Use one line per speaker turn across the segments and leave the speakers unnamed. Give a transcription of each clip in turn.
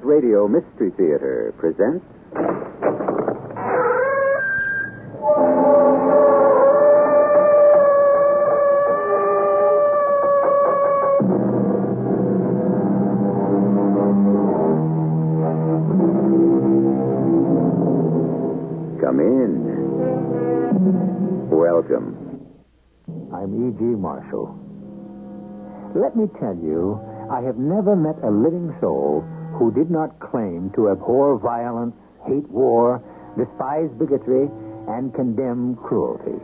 Radio Mystery Theater presents. Come in. Welcome.
I'm E.G. Marshall. Let me tell you, I have never met a living soul who did not claim to abhor violence, hate war, despise bigotry, and condemn cruelty.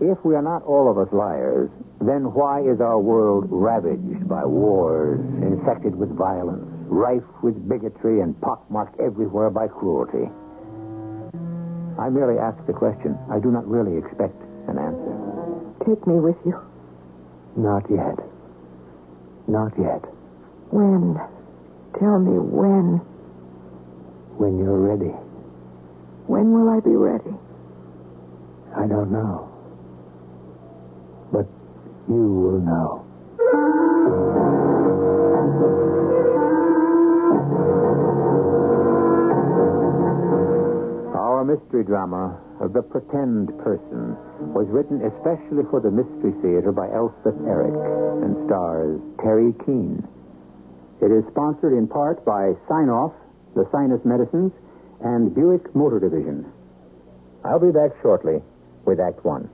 If we are not all of us liars, then why is our world ravaged by wars, infected with violence, rife with bigotry, and pockmarked everywhere by cruelty? I merely ask the question. I do not really expect an answer.
Take me with you.
Not yet. Not yet.
When? Tell me when.
When you're ready.
When will I be ready?
I don't know. But you will know. Our mystery drama, The Pretend Person, was written especially for the Mystery Theater by Elspeth Eric and stars Terry Keane. It is sponsored in part by Sinoff, the Sinus Medicines, and Buick Motor Division. I'll be back shortly with Act One.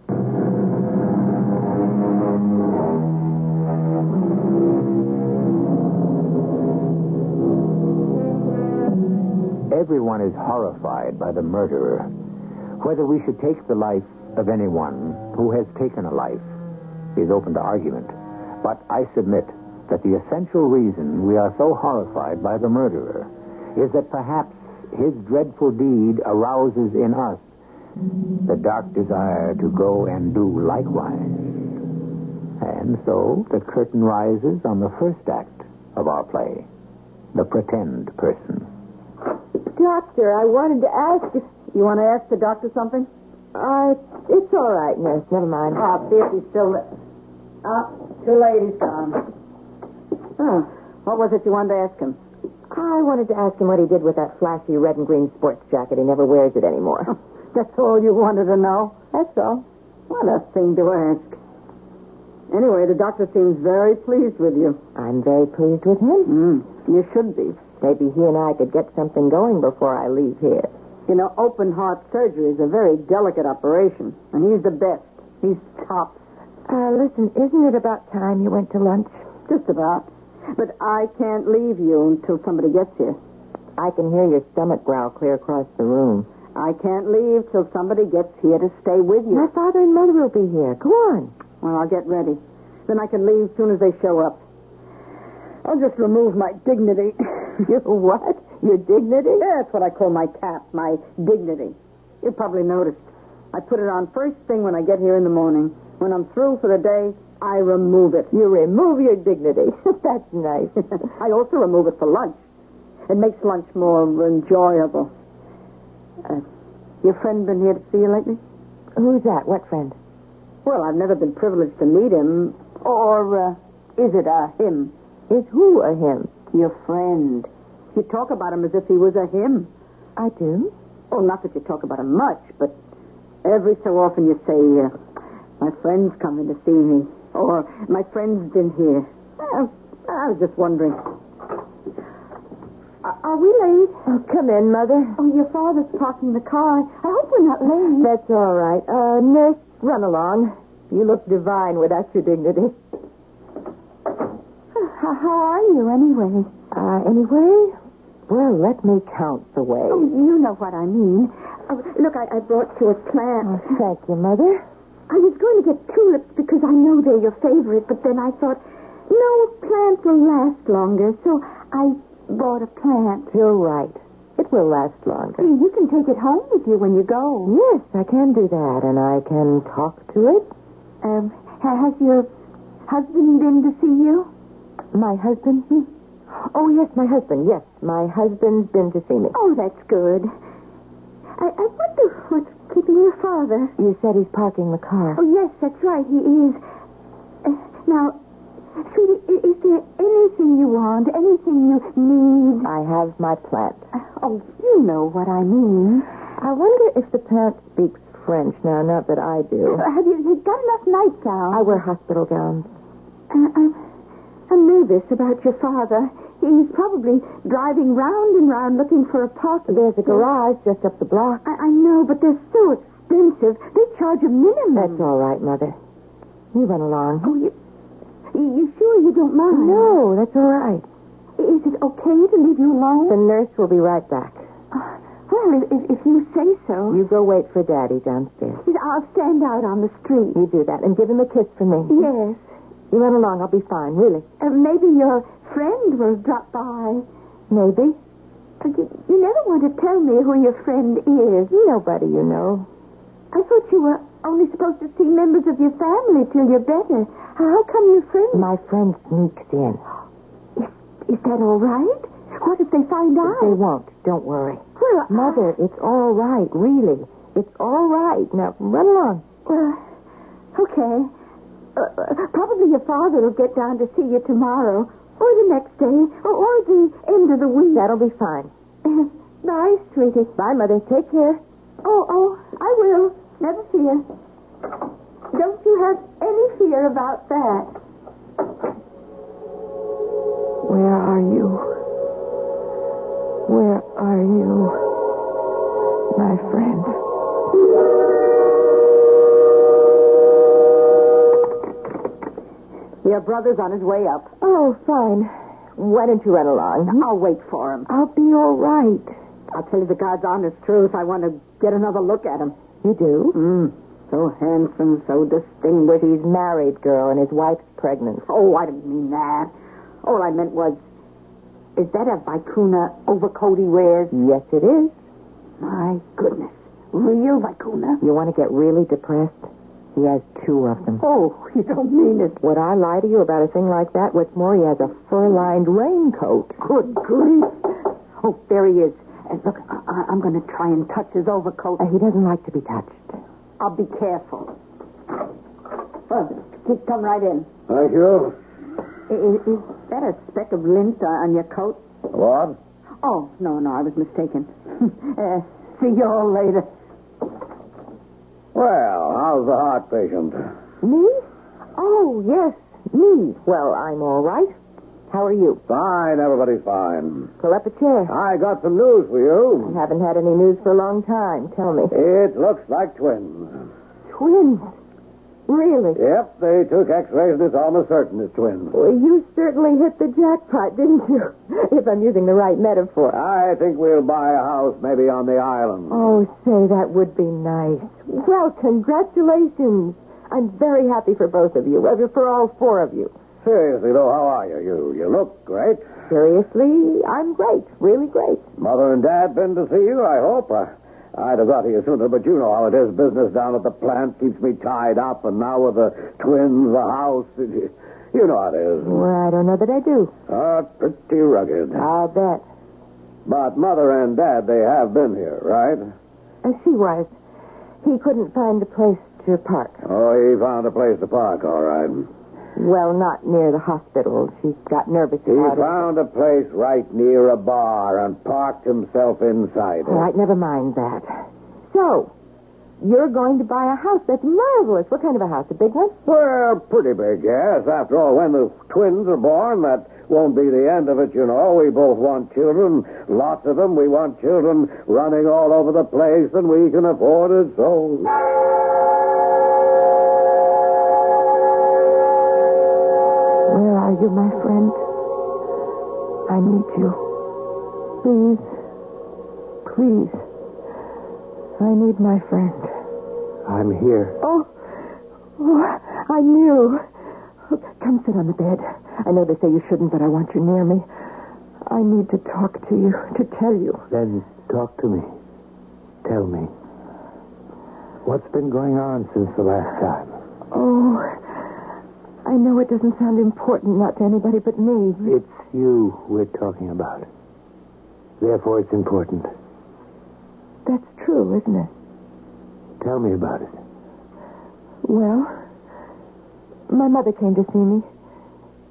Everyone is horrified by the murderer. Whether we should take the life of anyone who has taken a life is open to argument. But I submit that the essential reason we are so horrified by the murderer is that perhaps his dreadful deed arouses in us the dark desire to go and do likewise. And so the curtain rises on the first act of our play, The Pretend Person.
Doctor, I wanted to ask if... You want to ask the doctor something? Uh, it's all right, nurse. Never mind. Ah, Biffy's still... Ah, the lady's gone. Oh, what was it you wanted to ask him?
I wanted to ask him what he did with that flashy red and green sports jacket. He never wears it anymore.
That's all you wanted to know?
That's all.
What a thing to ask. Anyway, the doctor seems very pleased with you.
I'm very pleased with him.
Mm, you should be.
Maybe he and I could get something going before I leave here.
You know, open heart surgery is a very delicate operation, and he's the best. He's top,
Uh, listen, isn't it about time you went to lunch?
just about. But I can't leave you until somebody gets here.
I can hear your stomach growl clear across the room.
I can't leave till somebody gets here to stay with you.
My father and mother will be here. Go on.
Well, I'll get ready. Then I can leave as soon as they show up. I'll just remove my dignity.
Your what? Your dignity?
Yeah, That's what I call my cap, my dignity. You probably noticed. I put it on first thing when I get here in the morning. When I'm through for the day, I remove it.
You remove your dignity. That's nice.
I also remove it for lunch. It makes lunch more enjoyable. Uh, your friend been here to see you lately?
Who's that? What friend?
Well, I've never been privileged to meet him. Or uh, is it a him?
Is who a him?
Your friend. You talk about him as if he was a him.
I do.
Oh, not that you talk about him much, but every so often you say, uh, my friend's coming to see me, or my friend's been here. Well, I was just wondering. Are are we late?
Oh, come in, Mother.
Oh, your father's parking the car. I hope we're not late.
That's all right. Uh, nurse, run along. You look divine without your dignity.
How, how are you, anyway?
Uh, anyway, well, let me count the way.
Oh, you know what I mean. Oh, look, I, I brought you a plant.
Oh, thank you, Mother.
I was going to get tulips because I know they're your favorite, but then I thought, no plant will last longer, so I bought a plant.
You're right. It will last longer.
Gee, You can take it home with you when you go.
Yes, I can do that, and I can talk to it.
Um, ha- has your husband been to see you?
My husband? Hmm. Oh, yes, my husband. Yes, my husband's been to see me.
Oh, that's good. I, I wonder what's keeping your father.
You said he's parking the car.
Oh, yes, that's right, he is. Uh, now,
Sweetie, i- is there anything you want, anything you need?
I have my plant.
Oh, you know what I mean.
I wonder if the plant speaks French now, not that I do.
Uh, Have you, you got enough nightgowns?
I wear hospital gowns.
Uh, I'm, I'm nervous about your father. He's probably driving round and round looking for a parking.
There's a garage just up the block.
I, I know, but they're so expensive. They charge a minimum.
That's all right, Mother. You run along.
Oh, you, you you sure you don't mind?
No, Oh, that's all right.
Is it okay to leave you alone?
The nurse will be right back.
Uh, well, if, if you say so.
You go wait for Daddy downstairs.
I'll stand out on the street.
You do that and give him a kiss for me.
Yes.
You run along. I'll be fine, really.
Uh, maybe your friend will drop by.
Maybe.
Uh, you, you never want to tell me who your friend is.
Nobody you know.
I thought you were only supposed to see members of your family till you're better. How come your friend?
My friend sneaks in.
Is that all right? What if they find out?
They won't. Don't worry.
Well, I-
Mother, it's all right, really. It's all right. Now, run along.
Well, Uh, okay. Uh, uh, probably your father will get down to see you tomorrow, or the next day, or, or the end of the week.
That'll be fine.
Bye, sweetie.
Bye, Mother. Take care.
Oh, oh, I will. Never fear. Don't you have any fear about that.
Where are you? Where are you? My friend.
Your brother's on his way up.
Oh, fine. Why don't you run along?
I'll wait for him.
I'll be all right.
I'll tell you the God's honest truth. I want to get another look at him.
You do?
Mm. So handsome, so distinguished.
He's married, girl, and his wife's pregnant.
Oh, I didn't mean that. All I meant was, is that a vicuna overcoat he wears?
Yes, it is.
My goodness. Real vicuna?
You want to get really depressed? He has two of them.
Oh, you don't mean it.
Would I lie to you about a thing like that? What's more, he has a fur-lined raincoat.
Good grief. Oh, there he is. And look, I- I- I'm going to try and touch his overcoat.
Uh, he doesn't like to be touched.
I'll be careful. Well, just come right in.
Thank you.
I- i- Is that a speck of lint uh, on your coat?
What?
Oh, no, no, I was mistaken. uh, see you all later.
Well, how's the heart patient?
Me? Oh, yes, me. Well, I'm all right. How are you?
Fine, everybody's fine.
Pull up a chair.
I got some news for
I
you.
haven't had any news for a long time. Tell me.
It looks like twins.
Twins? Really?
Yep, they took x-rays and it's almost certain it's twins.
Well, you certainly hit the jackpot, didn't you? If I'm using the right metaphor.
I think we'll buy a house maybe on the island.
Oh, say, that would be nice. Well, congratulations. I'm very happy for both of you, uh, for all four of you.
Seriously, though, how are you? You you look great.
Seriously, I'm great, really great.
Mother and Dad been to see you, I hope. I, I'd have got here sooner, but you know how it is. Business down at the plant keeps me tied up, and now with the twins, the house, you you know how it is.
Well, I don't know that I do.
Ah, pretty rugged.
I'll bet.
But Mother and Dad, they have been here, right?
As Uh, she was, he couldn't find a place to park.
Oh, he found a place to park, all right.
Well, not near the hospital. She got nervous
He
about it.
found a place right near a bar and parked himself inside
All
it.
right, never mind that. So, you're going to buy a house. That's marvelous. What kind of a house? A big one?
Well, pretty big, yes. After all, when the twins are born, that won't be the end of it, you know. We both want children, lots of them. We want children running all over the place, and we can afford it, so.
Where are you, my friend? I need you. Please. Please. I need my friend.
I'm here.
Oh, oh I knew. Come sit on the bed. I know they say you shouldn't, but I want you near me. I need to talk to you, to tell you.
Then talk to me. Tell me. What's been going on since the last time?
Oh, I know it doesn't sound important, not to anybody but me.
It's you we're talking about. Therefore, it's important.
That's true, isn't it?
Tell me about it.
Well, my mother came to see me.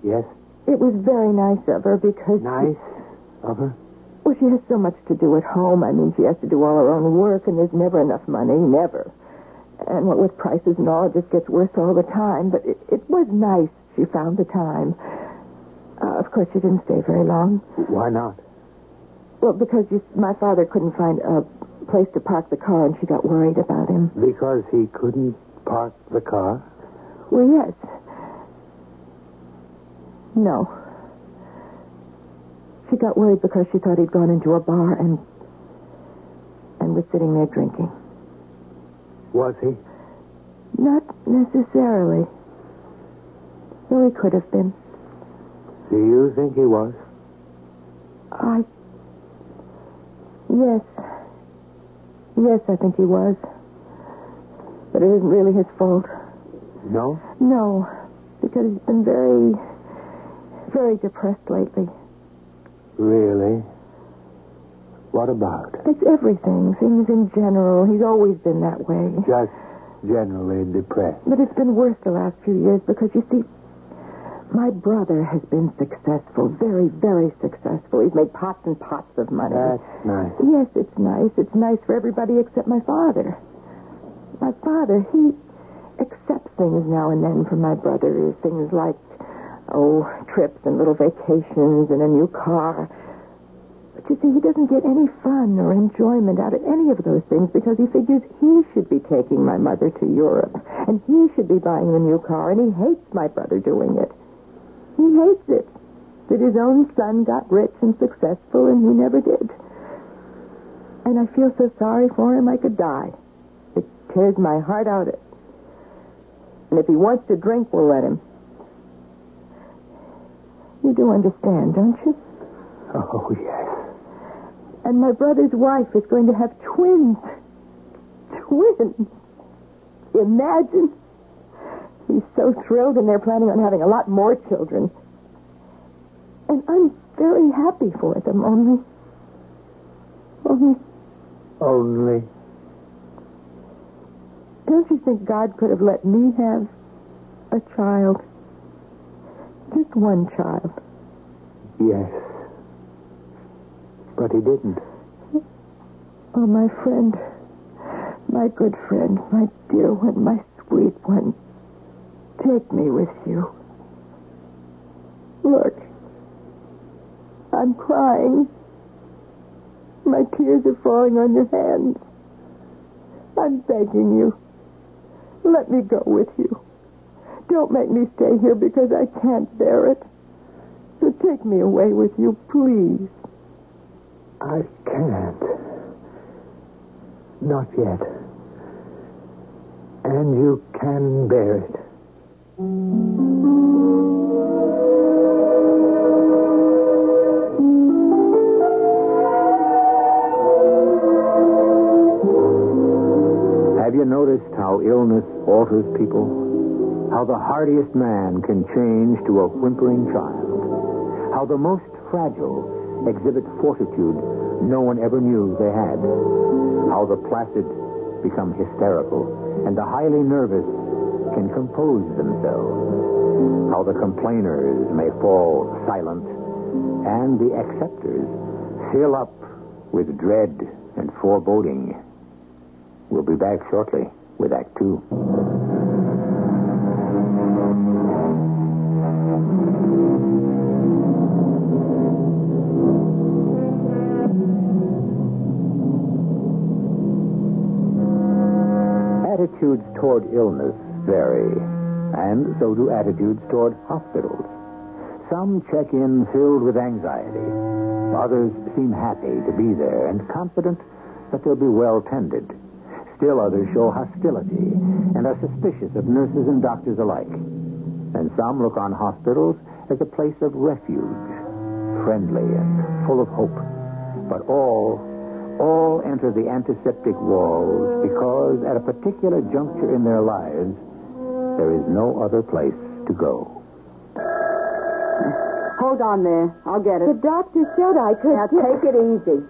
Yes?
It was very nice of her because.
Nice of her?
Well, she has so much to do at home. I mean, she has to do all her own work, and there's never enough money, never. And what with prices and all, it just gets worse all the time. But it, it was nice she found the time. Uh, of course, she didn't stay very long.
Why not?
Well, because you, my father couldn't find a place to park the car, and she got worried about him.
Because he couldn't park the car?
Well, yes. No. She got worried because she thought he'd gone into a bar and and was sitting there drinking.
Was he?
Not necessarily. Though he could have been.
Do you think he was?
I. Yes. Yes, I think he was. But it isn't really his fault.
No?
No, because he's been very, very depressed lately.
Really? What about?
It's everything, things in general. He's always been that way.
Just generally depressed.
But it's been worse the last few years because, you see, my brother has been successful, very, very successful. He's made pots and pots of money.
That's nice.
Yes, it's nice. It's nice for everybody except my father. My father, he accepts things now and then from my brother, things like, oh, trips and little vacations and a new car. But you see, he doesn't get any fun or enjoyment out of any of those things because he figures he should be taking my mother to Europe and he should be buying the new car, and he hates my brother doing it. He hates it that his own son got rich and successful and he never did. And I feel so sorry for him, I could die. It tears my heart out. And if he wants to drink, we'll let him. You do understand, don't you?
Oh, yes.
And my brother's wife is going to have twins. Twins. Imagine. He's so thrilled, and they're planning on having a lot more children. And I'm very happy for them, only. Only,
Only.
don't you think God could have let me have a child? Just one child.
Yes. But he didn't.
Oh, my friend, my good friend, my dear one, my sweet one, take me with you. Look, I'm crying. My tears are falling on your hands. I'm begging you. Let me go with you. Don't make me stay here because I can't bear it. So take me away with you, please.
I can't. Not yet. And you can bear it. Have you noticed how illness alters people? How the hardiest man can change to a whimpering child? How the most fragile exhibit fortitude no one ever knew they had? How the placid become hysterical and the highly nervous can compose themselves? How the complainers may fall silent and the acceptors fill up with dread and foreboding? We'll be back shortly with Act Two. Attitudes toward illness vary, and so do attitudes toward hospitals. Some check in filled with anxiety. Others seem happy to be there and confident that they'll be well tended. Still others show hostility and are suspicious of nurses and doctors alike. And some look on hospitals as a place of refuge, friendly and full of hope. But all, all enter the antiseptic walls because at a particular juncture in their lives, there is no other place to go.
Hold on there. I'll get
The
it.
doctor said I could.
Now take it easy.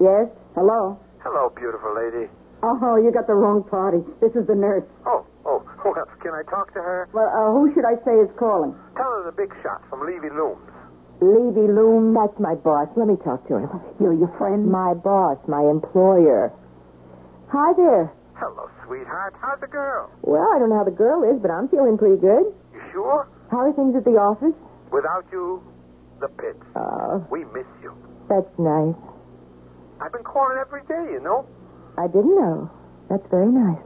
Yes? Hello?
Hello, beautiful lady.
Oh, you got the wrong party. This is the nurse.
Oh, oh, Well, can I talk to her?
Well, uh, who should I say is calling?
Tell her the big shot from Levy Looms.
Levy Loom, that's my boss. Let me talk to him.
You're your friend?
My boss, my employer. Hi there.
Hello, sweetheart. How's the girl?
Well, I don't know how the girl is, but I'm feeling pretty good.
You sure?
How are things at the office?
Without you, the pits.
Uh,
Oh,
We miss you.
that's nice.
I've been calling every day, you know.
I didn't know. That's very nice.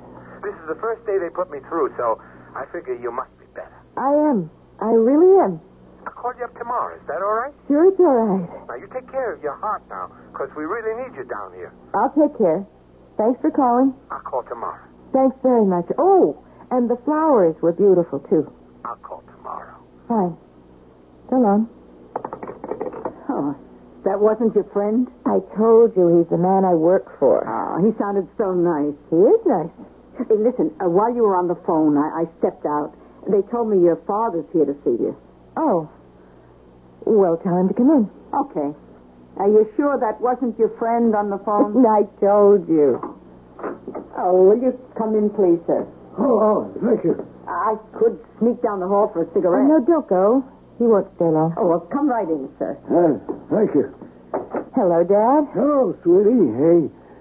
This is the first day they put me through, so I figure you must be better.
I am. I really am.
I'll call you up tomorrow. Is that all right?
Sure, it's all right.
Now, you take care of your heart now, because we really need you down here.
I'll take care. Thanks for calling.
I'll call tomorrow.
Thanks very much. Oh, and the flowers were beautiful, too.
I'll call tomorrow.
Fine. So long.
Oh, that wasn't your friend?
I told you he's the man I work for.
Oh, he sounded so nice.
He is nice.
Hey, listen, uh, while you were on the phone, I, I stepped out. They told me your father's here to see you.
Oh. Well, tell him to come in.
Okay. Are you sure that wasn't your friend on the phone?
I told you.
Oh, will you come in, please, sir?
Oh, thank you.
I could sneak down the hall for a
Oh,
cigarette.
no, don't go. He won't stay long.
Oh, well, come right in, sir.
Uh, thank you.
Hello, Dad.
Hello, sweetie. Hey,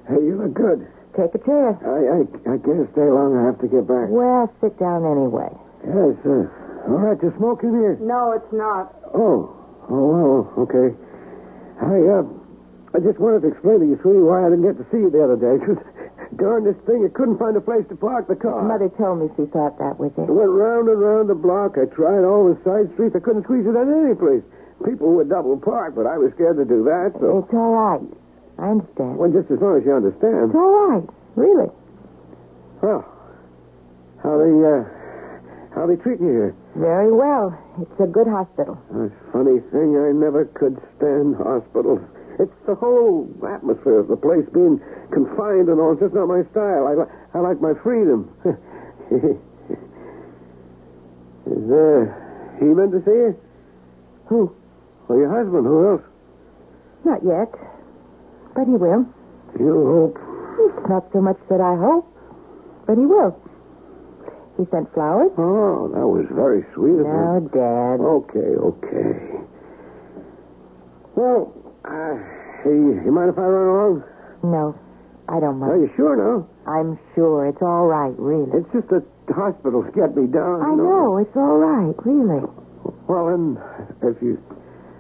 hey, you look good.
Take a chair.
I, I, I can't stay long. I have to get back.
Well, sit down anyway.
Yes, uh, all right. You're smoking here.
No, it's not.
Oh, oh, well, okay. I, uh, I just wanted to explain to you, sweetie, why I didn't get to see you the other day. 'Cause darn this thing, I couldn't find a place to park the car.
Mother told me she thought that was
I
it.
went round and round the block. I tried all the side streets. I couldn't squeeze it in any place. People would double park, but I was scared to do that, so.
It's all right. I understand.
Well, just as long as you
It's
understand.
all right. Really.
Well, how they, uh, how they treat you here.
Very well. It's a good hospital.
A funny thing, I never could stand hospitals. It's the whole atmosphere of the place being confined and all. It's just not my style. I, li- I like my freedom. Is there... He meant to see you?
Who?
Or your husband? Who else?
Not yet. But he will.
You
It's not so much that I hope, but he will. He sent flowers.
hope. Oh, that was very sweet of him.
Now, Dad.
Okay, okay. Well, uh, you, you mind if I run along?
No, I don't
Are
mind.
you sure now?
I'm sure it's all right, really.
It's just that the hospitals get me down.
I
you
know, it's all right, really.
Well, then, if you.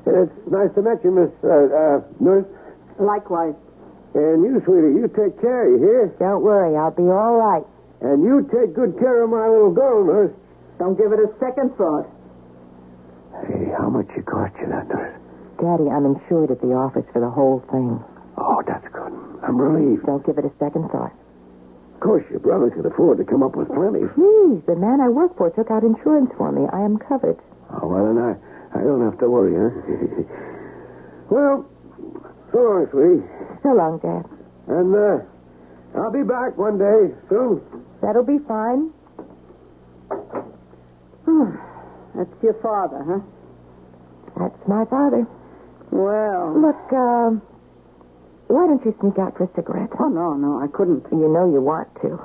It's nice to meet you, Miss uh, uh, Nurse.
Likewise.
And you, sweetie, you take care, you hear?
Don't worry, I'll be all right.
And you take good care of my little girl, Nurse.
Don't give it a second thought.
Hey, how much you cost you that, Nurse?
Daddy, I'm insured at the office for the whole thing.
Oh, that's good. I'm relieved.
Don't give it a second thought.
Of course, your brother could afford to come up with plenty.
Please, the man I work for took out insurance for me. I am covered.
Oh, well, then I, I don't have to worry, huh? well, so long, sweetie.
So long, Dad.
And uh, I'll be back one day soon.
That'll be fine.
That's your father, huh?
That's my father.
Well.
Look, um, why don't you sneak out for a cigarette?
Oh, no, no, I couldn't.
You know you want to.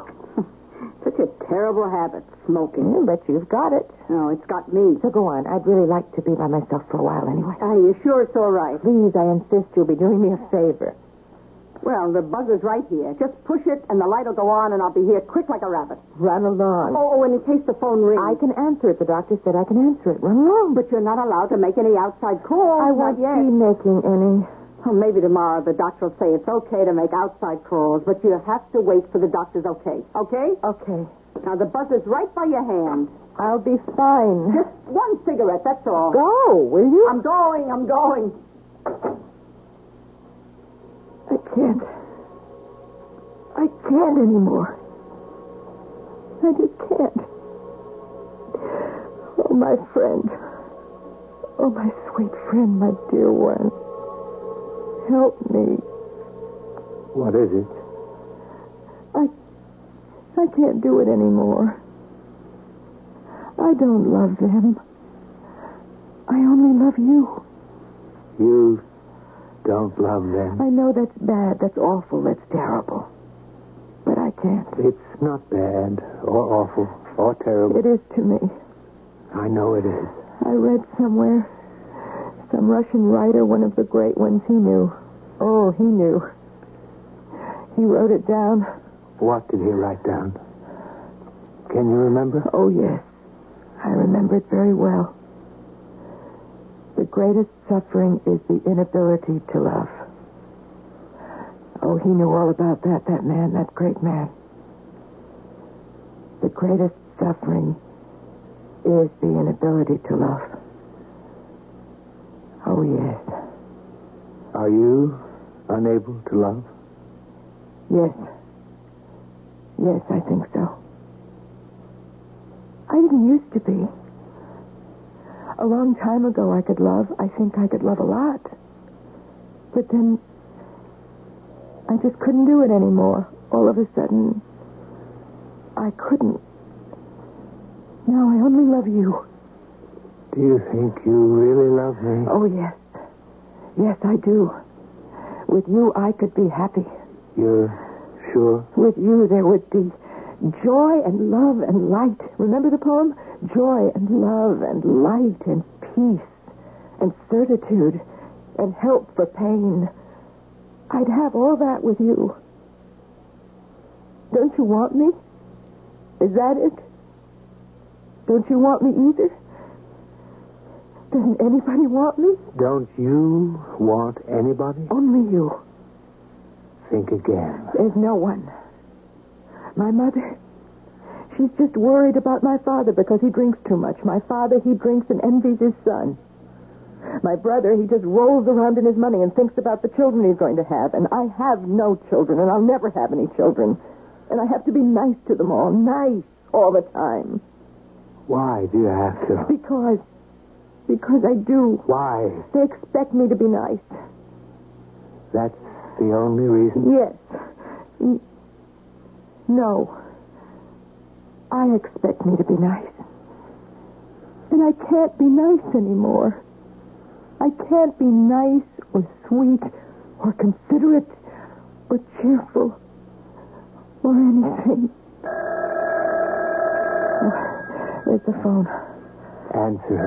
Such a terrible habit, smoking.
Yeah, but you've got it.
No, it's got me.
So go on. I'd really like to be by myself for a while anyway.
Are you sure it's all right?
Please, I insist you'll be doing me a favor.
Well, the bug is right here. Just push it, and the light will go on, and I'll be here quick like a rabbit.
Run along.
Oh, oh, and in case the phone rings.
I can answer it. The doctor said I can answer it. Run along.
But you're not allowed to make any outside calls.
I won't
Not yet.
be making any.
Well, maybe tomorrow the doctor will say it's okay to make outside calls, but you have to wait for the doctor's okay. Okay?
Okay.
Now, the buzzer's right by your hand.
I'll be fine.
Just one cigarette, that's all.
Go, will you?
I'm going, I'm going.
I can't. I can't anymore. I just can't. Oh, my friend. Oh, my sweet friend, my dear one. Help me.
What is it?
I. I can't do it anymore. I don't love them. I only love you.
You don't love them.
I know that's bad. That's awful. That's terrible. But I can't.
It's not bad or awful. or terrible.
It is to me.
I know it is.
I read somewhere some Russian writer, one of the great ones, he knew. Oh, he knew. He wrote it down.
What did he write down? Can you remember?
Oh, yes. I remember it very well. The greatest suffering is the inability to love. Oh, he knew all about that, that man, that great man. The greatest suffering is the inability to love. Oh, yes.
Are you unable to love?
Yes. Yes, I think so. I didn't used to be. A long time ago, I could love. I think I could love a lot. But then, I just couldn't do it anymore. All of a sudden, I couldn't. Now I only love you.
Do you think you really love me?
Oh, yes. Yes, I do. With you, I could be happy.
You're sure?
With you, there would be joy and love and light. Remember the poem? Joy and love and light and peace and certitude and help for pain. I'd have all that with you. Don't you want me? Is that it? Don't you want me either? Doesn't anybody want me?
Don't you want anybody?
Only you.
Think again.
There's no one. My mother, she's just worried about my father because he drinks too much. My father, he drinks and envies his son. My brother, he just rolls around in his money and thinks about the children he's going to have. And I have no children, and I'll never have any children. And I have to be nice to them all, nice all the time.
Why do you have to?
Because, because I do.
Why?
They expect me to be nice.
That's the only reason?
Yes. N- No. I expect me to be nice. And I can't be nice anymore. I can't be nice or sweet or considerate or cheerful or anything. Oh, There's the phone.
Answer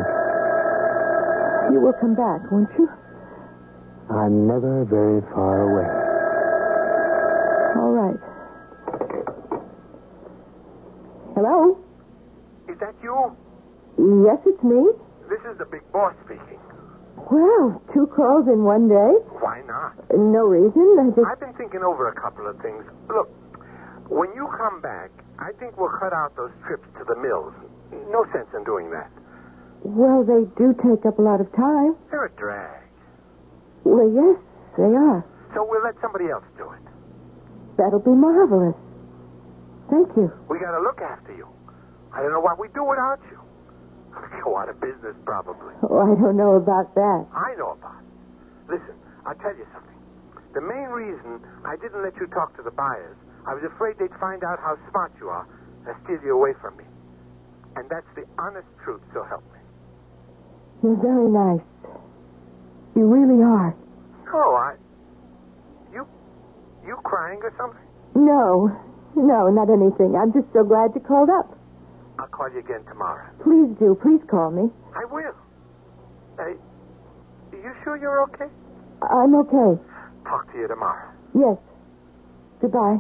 You will come back, won't you?
it. I'm never very far away.
All right. Hello?
Is that you?
Yes, it's me.
This is the big boss speaking.
Well, two calls in one day.
Why not?
No reason. I just.
I've been thinking over a couple of things. Look, when you come back, I think we'll cut out those trips to the mills. No sense in doing that.
Well, they do take up a lot of time.
They're a drag.
Well, yes, they are.
So we'll let somebody else do it.
That'll be marvelous. Thank you.
We got to look after you. I don't know what we do without you. We'd go out of business, probably.
Oh, I don't know about that.
I know about it. Listen, I'll tell you something. The main reason I didn't let you talk to the buyers, I was afraid they'd find out how smart you are and steal you away from me. And that's the honest truth, so help me.
You're very nice. You really are.
No, I. You. You crying or something?
No, no, not anything. I'm just so glad you called up.
I'll call you again tomorrow.
Please do. Please call me.
I will. Hey, you sure you're okay?
I'm okay.
Talk to you tomorrow.
Yes. Goodbye.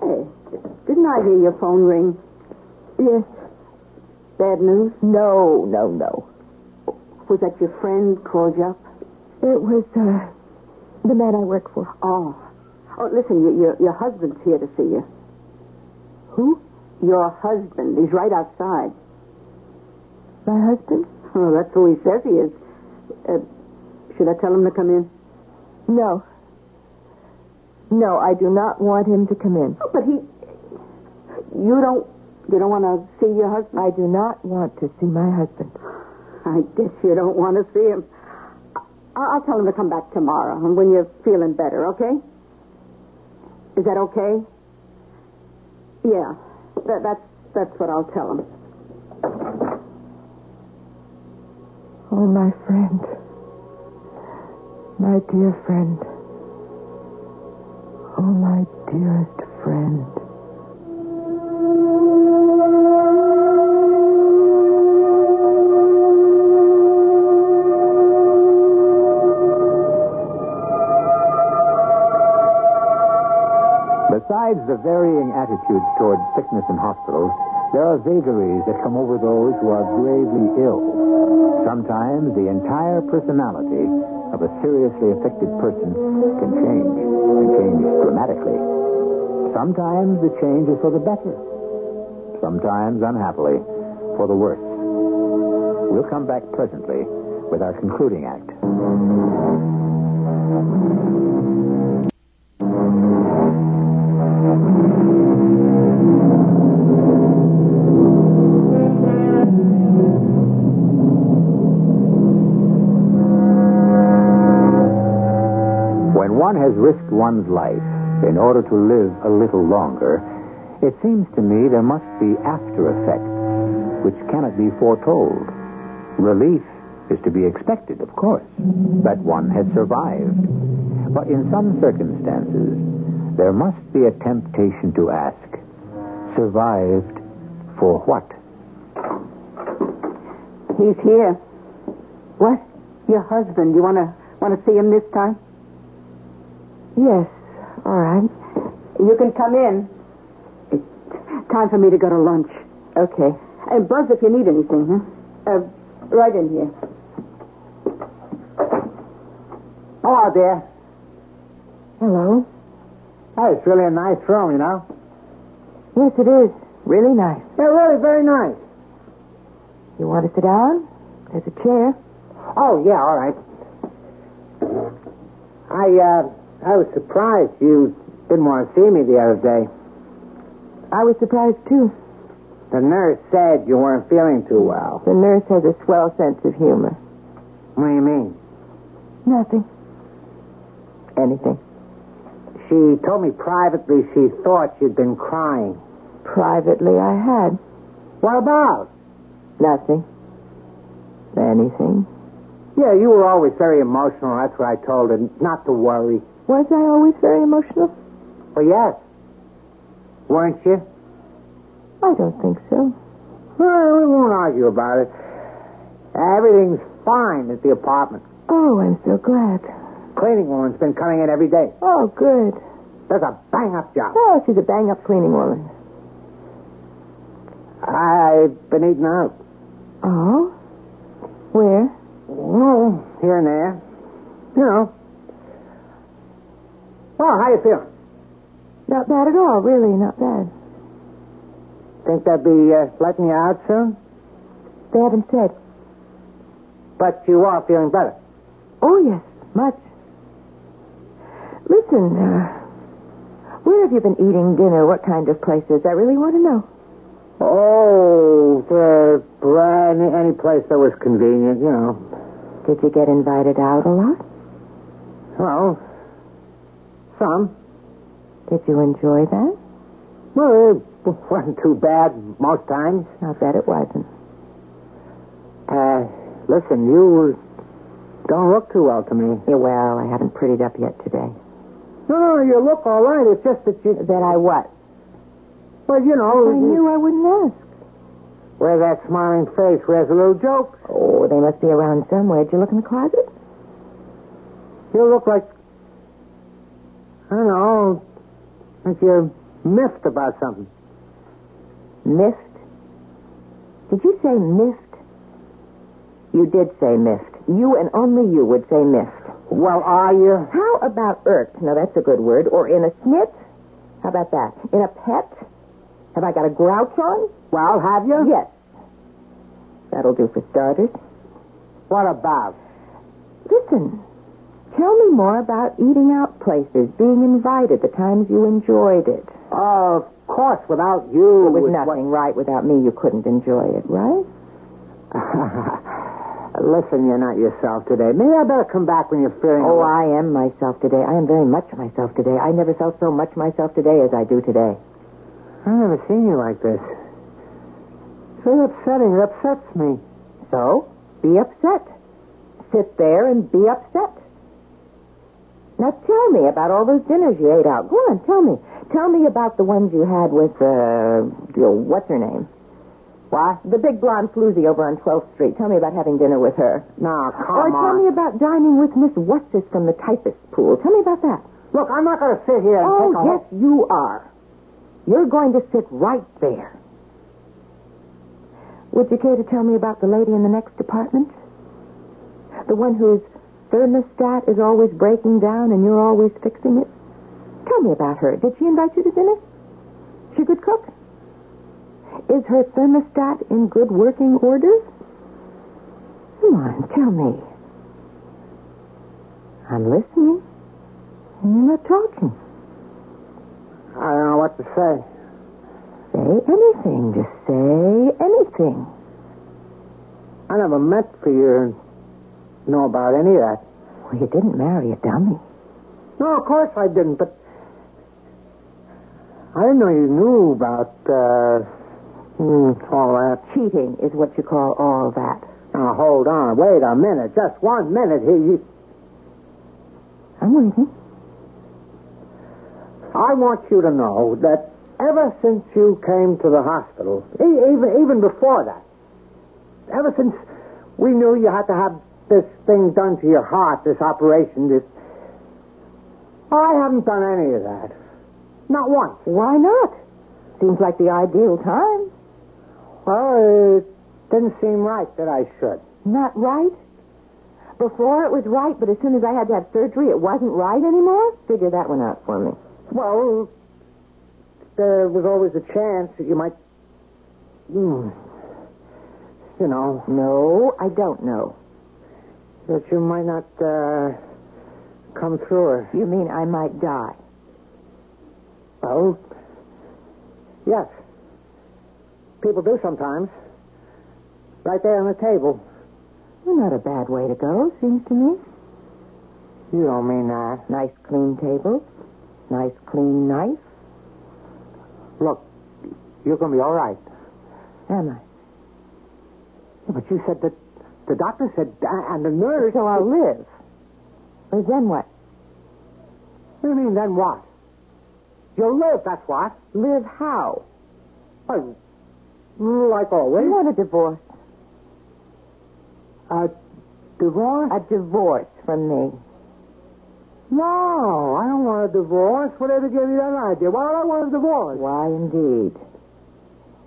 Hey, didn't I hear your phone ring?
Yes.
Bad news?
No, no, no.
Was that your friend called you up?
It was uh, the man I work for.
Oh. Oh, listen, your, your, your husband's here to see you.
Who?
Your husband. He's right outside.
My husband?
Oh, that's who he says he is. Uh, should I tell him to come in?
No. No, I do not want him to come in.
Oh, but he. You don't. You don't want to see your husband?
I do not want to see my husband.
I guess you don't want to see him. I- I'll tell him to come back tomorrow and when you're feeling better, okay? Is that okay? Yeah, that, that's, that's what I'll tell him.
Oh, my friend. My dear friend. Oh, my dearest friend.
Besides the varying attitudes toward sickness in hospitals, there are vagaries that come over those who are gravely ill. Sometimes the entire personality of a seriously affected person can change, can change dramatically. Sometimes the change is for the better. Sometimes, unhappily, for the worse. We'll come back presently with our concluding act. When one has risked one's life in order to live a little longer, it seems to me there must be after effects which cannot be foretold. Relief is to be expected, of course, that one has survived. But in some circumstances, there must be a temptation to ask, survived for what?
He's here. What? Your husband. You want to want to see him this time?
Yes, all right.
You can come in. It's time for me to go to lunch.
Okay.
And Buzz, if you need anything, huh? Uh, right in here. Hello there.
Hello?
Hey, it's really a nice room, you know.
Yes, it is. Really nice.
Yeah, really, very nice.
You want to sit down? There's a chair.
Oh, yeah, all right. I, uh, I was surprised you didn't want to see me the other day.
I was surprised, too.
The nurse said you weren't feeling too well.
The nurse has a swell sense of humor.
What do you mean?
Nothing. Anything.
She told me privately she thought you'd been crying.
Privately, I had.
What about?
Nothing. Anything.
Yeah, you were always very emotional. That's what I told her, not to worry.
Was I always very emotional?
Well, yes. Weren't you?
I don't think so.
Well, we won't argue about it. Everything's fine at the apartment.
Oh, I'm so glad.
Cleaning woman's been coming in every day.
Oh, good.
There's a bang up job.
Oh, she's a bang up cleaning woman.
I've been eating out.
Oh? Where?
Well, here and there. You know. Well, how you feeling?
Not bad at all, really, not bad.
Think they'll be uh, letting you out soon?
They haven't said.
But you are feeling better.
Oh, yes, much. Listen, uh, where have you been eating dinner? What kind of places? I really want to know.
Oh, the brand any place that was convenient, you know.
Did you get invited out a lot?
Well, some.
Did you enjoy that?
Well, it wasn't too bad most times.
I bet it wasn't.
Uh, listen, you don't look too well to me.
Yeah, well, I haven't prettied up yet today.
No, no, you look all right. It's just that you,
That I what?
well, you know,
I knew I wouldn't ask.
where that smiling face, where's a little joke?
Oh, they must be around somewhere. Did you look in the closet?
You look like, I don't know, like you're miffed about something.
Missed? Did you say missed? You did say missed. You and only you would say missed.
Well, uh, are you?
How about irked? Now, that's a good word. Or in a snit? How about that? In a pet? Have I got a grouch on?
Well, have you?
Yes. That'll do for starters.
What about?
Listen, tell me more about eating out places, being invited, the times you enjoyed it.
Oh, of course, without you. it
With
was-
nothing right without me, you couldn't enjoy it, right?
Listen, you're not yourself today. Maybe I better come back when you're feeling.
Oh, I am myself today. I am very much myself today. I never felt so much myself today as I do today.
I've never seen you like this. It's very upsetting. It upsets me.
So, be upset. Sit there and be upset. Now tell me about all those dinners you ate out. Go on, tell me. Tell me about the ones you had with, uh, your, what's her name? Why? The big blonde floozy over on 12th Street. Tell me about having dinner with her.
Now,
or
come
tell
on.
me about dining with Miss What's from the typist pool. Tell me about that.
Look, I'm not going to sit here and
Oh,
take a
yes, you are. You're going to sit right there. Would you care to tell me about the lady in the next apartment? The one whose thermostat is always breaking down and you're always fixing it? Tell me about her. Did she invite you to dinner? She could cook? Is her thermostat in good working order? Come on, tell me. I'm listening. And you're not talking.
I don't know what to say.
Say anything. Just say anything.
I never meant for you to know about any of that.
Well, you didn't marry a dummy.
No, of course I didn't, but I didn't know you knew about uh, mm, all that.
Cheating is what you call all that.
Now, hold on. Wait a minute. Just one minute here. You,
I'm waiting.
I want you to know that ever since you came to the hospital, e- even, even before that, ever since we knew you had to have this thing done to your heart, this operation, this. I haven't done any of that. Not once.
Why not? Seems like the ideal time.
Well, it didn't seem right that I should.
Not right? Before it was right, but as soon as I had to have surgery, it wasn't right anymore? Figure that one out for me.
Well, there was always a chance that you might. Hmm, you know,
No, I don't know.
that you might not uh, come through her.
You mean I might die?
Well, yes. People do sometimes. Right there on the table.
Well, not a bad way to go, seems to me.
You don't mean that.
Nice clean table, nice clean knife.
Look, you're going to be all right.
Am I?
Yeah, but you said that the doctor said, uh, and the nurse.
So I'll live. Well, then what?
You mean then what? You'll live, that's what.
Live how?
Well, like
You
always.
want a divorce?
A divorce?
A divorce from me.
No, I don't want a divorce. Whatever gave you that idea? Why would I want a divorce?
Why, indeed.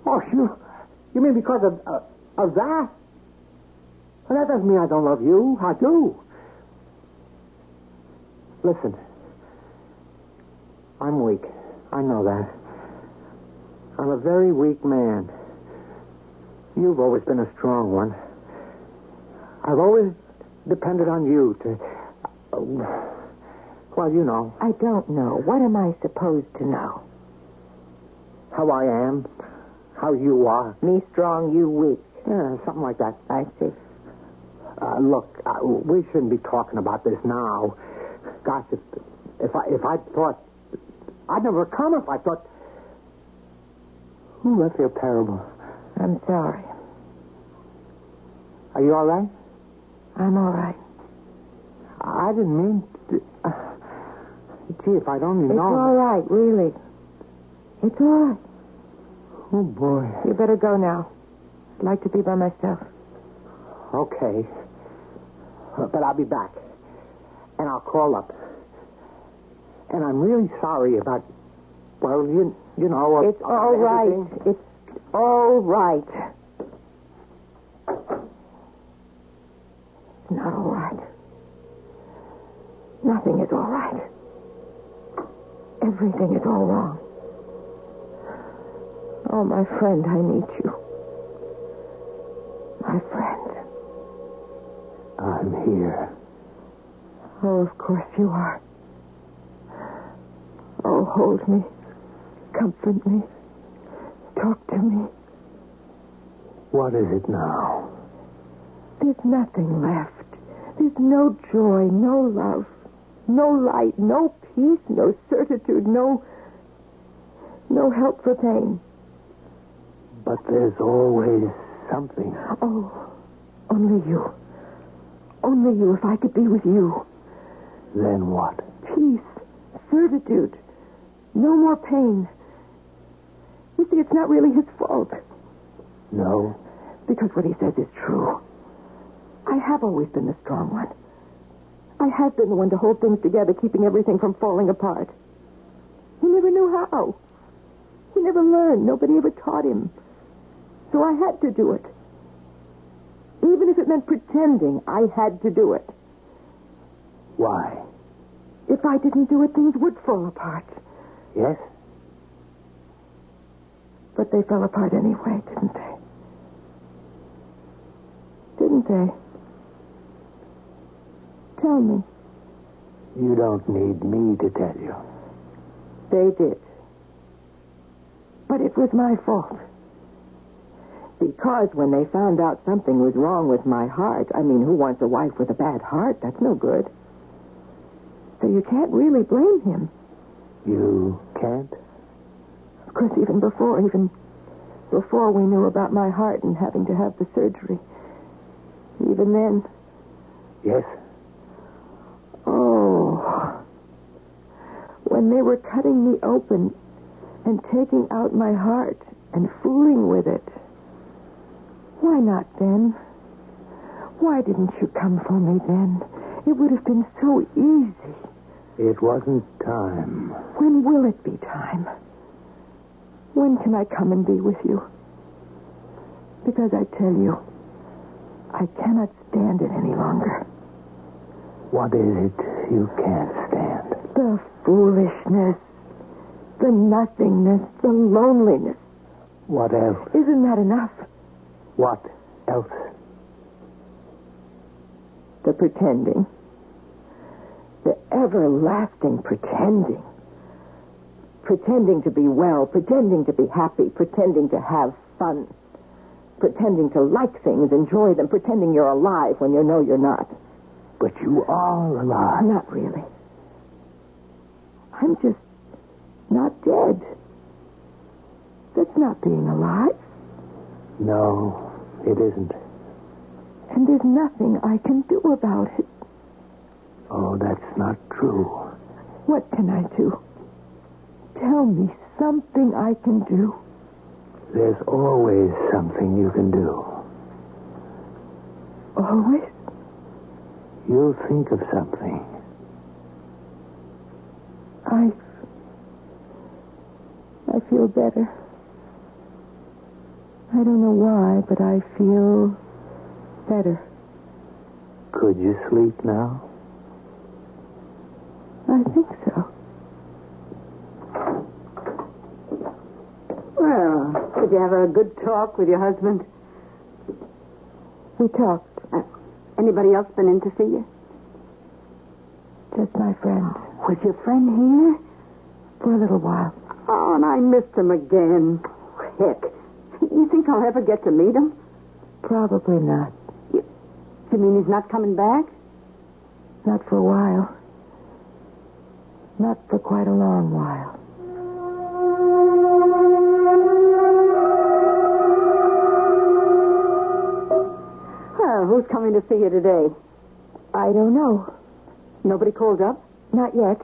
Oh, you, you mean because of uh, of that? Well, that doesn't mean I don't love you. I do. Listen, I'm weak. I know that. I'm a very weak man. You've always been a strong one. I've always depended on you to. uh, well, you know
I don't know. What am I supposed to know?
how I am, how you are.
Me strong, you weak.
Yeah, something like that.
I see.
Uh, look, uh, we shouldn't be talking about this now. Gosh, if, if I if I thought I'd never come if I thought. Ooh, that feels terrible.
I'm sorry.
Are you all right?
I'm all right.
I didn't mean. To, uh, gee, if I'd only
It's all
known.
right, really. It's all right.
Oh boy.
You better go now. I'd like to be by myself.
Okay. But I'll be back. And I'll call up. And I'm really sorry about. Well, you you know. uh,
It's all right.
everything.
It's all right. It's not all right. Nothing is all right. Everything is all wrong. Oh, my friend, I need you. My friend.
I'm here.
Oh, of course you are. Oh, hold me. Comfort me. Talk to me.
What is it now?
There's nothing left. There's no joy, no love, no light, no peace, no certitude, no no help for pain.
But there's always something.
Oh, only you. Only you, if I could be with you.
Then what?
Peace, certitude, no more pain. You see, it's not really his fault
No?
because what he says is true. I have always been the strong one. I have been the one to hold things together, keeping everything from falling apart. He never knew how. He never learned. Nobody ever taught him. So I had to do it. Even if it meant pretending, I had to do it.
Why?
If I didn't do it, things would fall apart.
Yes?
But they fell apart anyway, didn't they? Didn't they? Tell me.
You don't need me to tell you.
They did. But it was my fault. Because when they found out something was wrong with my heart, I mean, who wants a wife with a bad heart? That's no good. So you can't really blame him.
You can't?
Of course, even before, even before we knew about my heart and having to have the surgery, even then,
Yes?
oh, when they were cutting me open and taking out my heart and fooling with it, why not then? Why didn't you come for me then? It would have been so easy.
It wasn't time.
When will it be time? When can I come and be with you? Because I tell you, I cannot stand it any longer.
What is it you can't stand?
The foolishness, the nothingness, the loneliness.
What else?
Isn't that enough?
What else?
The pretending. The everlasting pretending. Pretending to be well, pretending to be happy, pretending to have fun, pretending to like things, enjoy them, pretending you're alive when you know you're not.
But you are alive.
Not really. I'm just not dead. That's not being alive.
No, it isn't.
And there's nothing I can do about it.
Oh, that's not true.
What can I do? Tell me something I can do.
There's always something you can do.
Always?
You'll think of something.
I. I feel better. I don't know why, but I feel better.
Could you sleep now?
I think so.
Well, did you have a good talk with your husband?
We talked,
Uh, anybody else been in to see you?
just my friend,
Was your friend here?
for a little while.
Oh, and I missed him again. Heck. You think I'll ever get to meet him?
Probably not.
You mean he's not coming back?
Not for a while. Not for quite a long while.
Well, who's coming to see you today?
I don't know.
Nobody called up?
Not yet.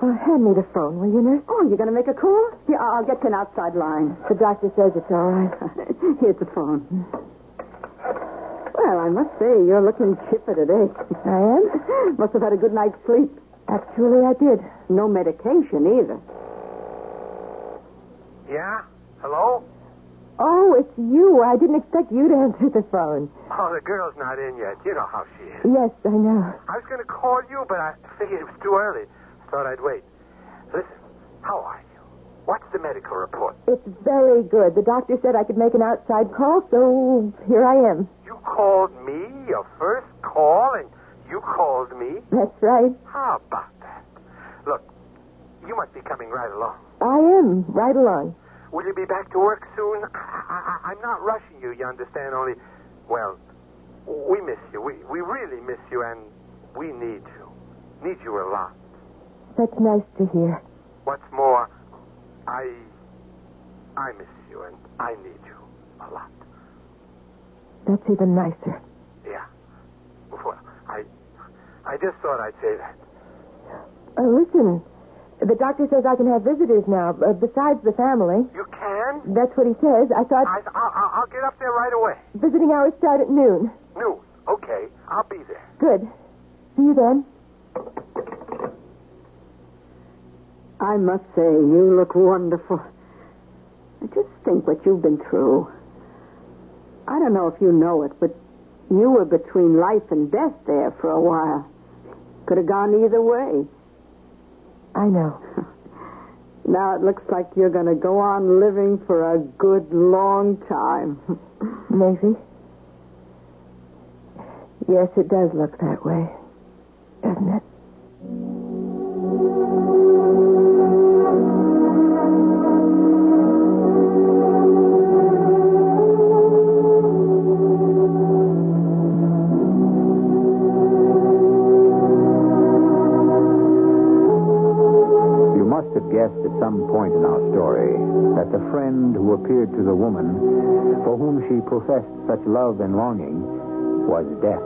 Uh, hand me the phone, will you, nurse?
Oh, you're going to make a call? Yeah, I- I'll get you an outside line.
The doctor says it's all right.
Here's the phone. Well, I must say, you're looking chipper today.
I am?
Must have had a good night's sleep.
Actually, I did.
No medication either.
Yeah? Hello?
Oh, it's you. I didn't expect you to answer the phone.
Oh, the girl's not in yet. You know how she is.
Yes, I know.
I was going to call you, but I figured it was too early. Thought I'd wait. Listen, how are you? What's the medical report?
It's very good. The doctor said I could make an outside call, so here I am.
You called me, your first call, and you called me?
That's right.
How about that? Look, you must be coming right along.
I am. Right along.
Will you be back to work soon? I, I, I'm not rushing you, you understand, only, well, we miss you. We, we really miss you, and we need you. Need you a lot.
That's nice to hear.
What's more, I, I miss you, and I need you a lot.
That's even nicer.
Yeah. Well, I, I just thought I'd say that.
Uh, listen, the doctor says I can have visitors now, uh, besides the family.
You can?
That's what he says. I thought
I, I'll, I'll- I'll get up there right away.
visiting hours start at noon.
Noon. Okay, I'll be there.
Good. See you then.
I must say, you look wonderful. Just think what you've been through. I don't know if you know it, but you were between life and death there for a while. Could have gone either way.
I know.
Now it looks like you're going to go on living for a good long time.
Maybe. Yes, it does look that way, doesn't it?
You must have guessed at some point in our story that the friend who appeared to the woman for whom she professed such love and longing was death.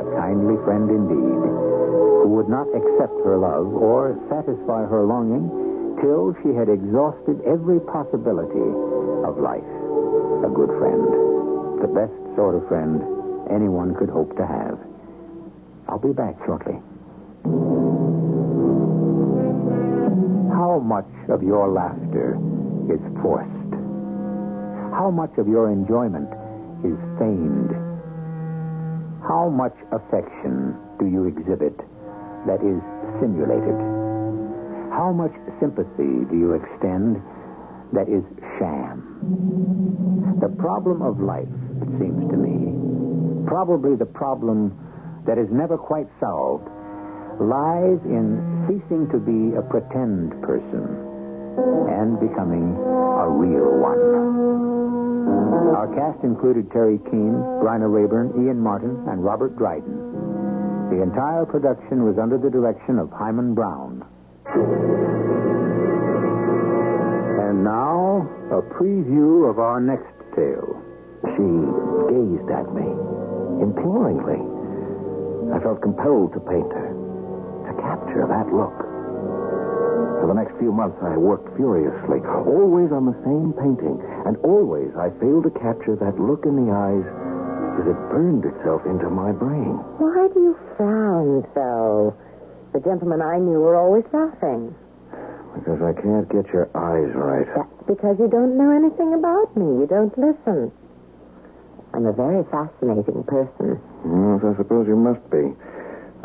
A kindly friend indeed, who would not accept her love or satisfy her longing till she had exhausted every possibility of life. A good friend. The best sort of friend anyone could hope to have. I'll be back shortly. How much of your laughter is forced? How much of your enjoyment is feigned? How much affection do you exhibit that is simulated? How much sympathy do you extend that is sham? The problem of life, it seems to me, probably the problem that is never quite solved, lies in ceasing to be a pretend person and becoming a real one. Our cast included Terry Keane, Bryna Rayburn, Ian Martin, and Robert Dryden. The entire production was under the direction of Hyman Brown. And now, a preview of our next tale. She gazed at me imploringly. I felt compelled to paint her, to capture that look. For the next few months, I worked furiously, always on the same painting, and always I failed to capture that look in the eyes as it burned itself into my brain.
Why do you frown so? The gentlemen I knew were always laughing.
Because I can't get your eyes right.
That's because you don't know anything about me. You don't listen. I'm a very fascinating person.
Yes, I suppose you must be.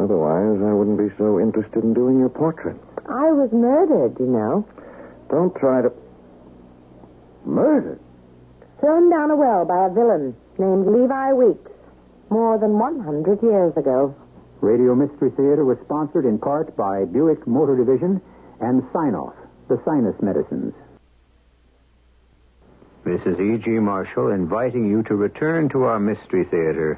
Otherwise, I wouldn't be so interested in doing your portrait.
I was murdered, you know.
Don't try to. Murder?
Thrown down a well by a villain named Levi Weeks more than 100 years ago.
Radio Mystery Theater was sponsored in part by Buick Motor Division and Sinoff, the sinus medicines. Mrs. E.G. E Marshall inviting you to return to our Mystery Theater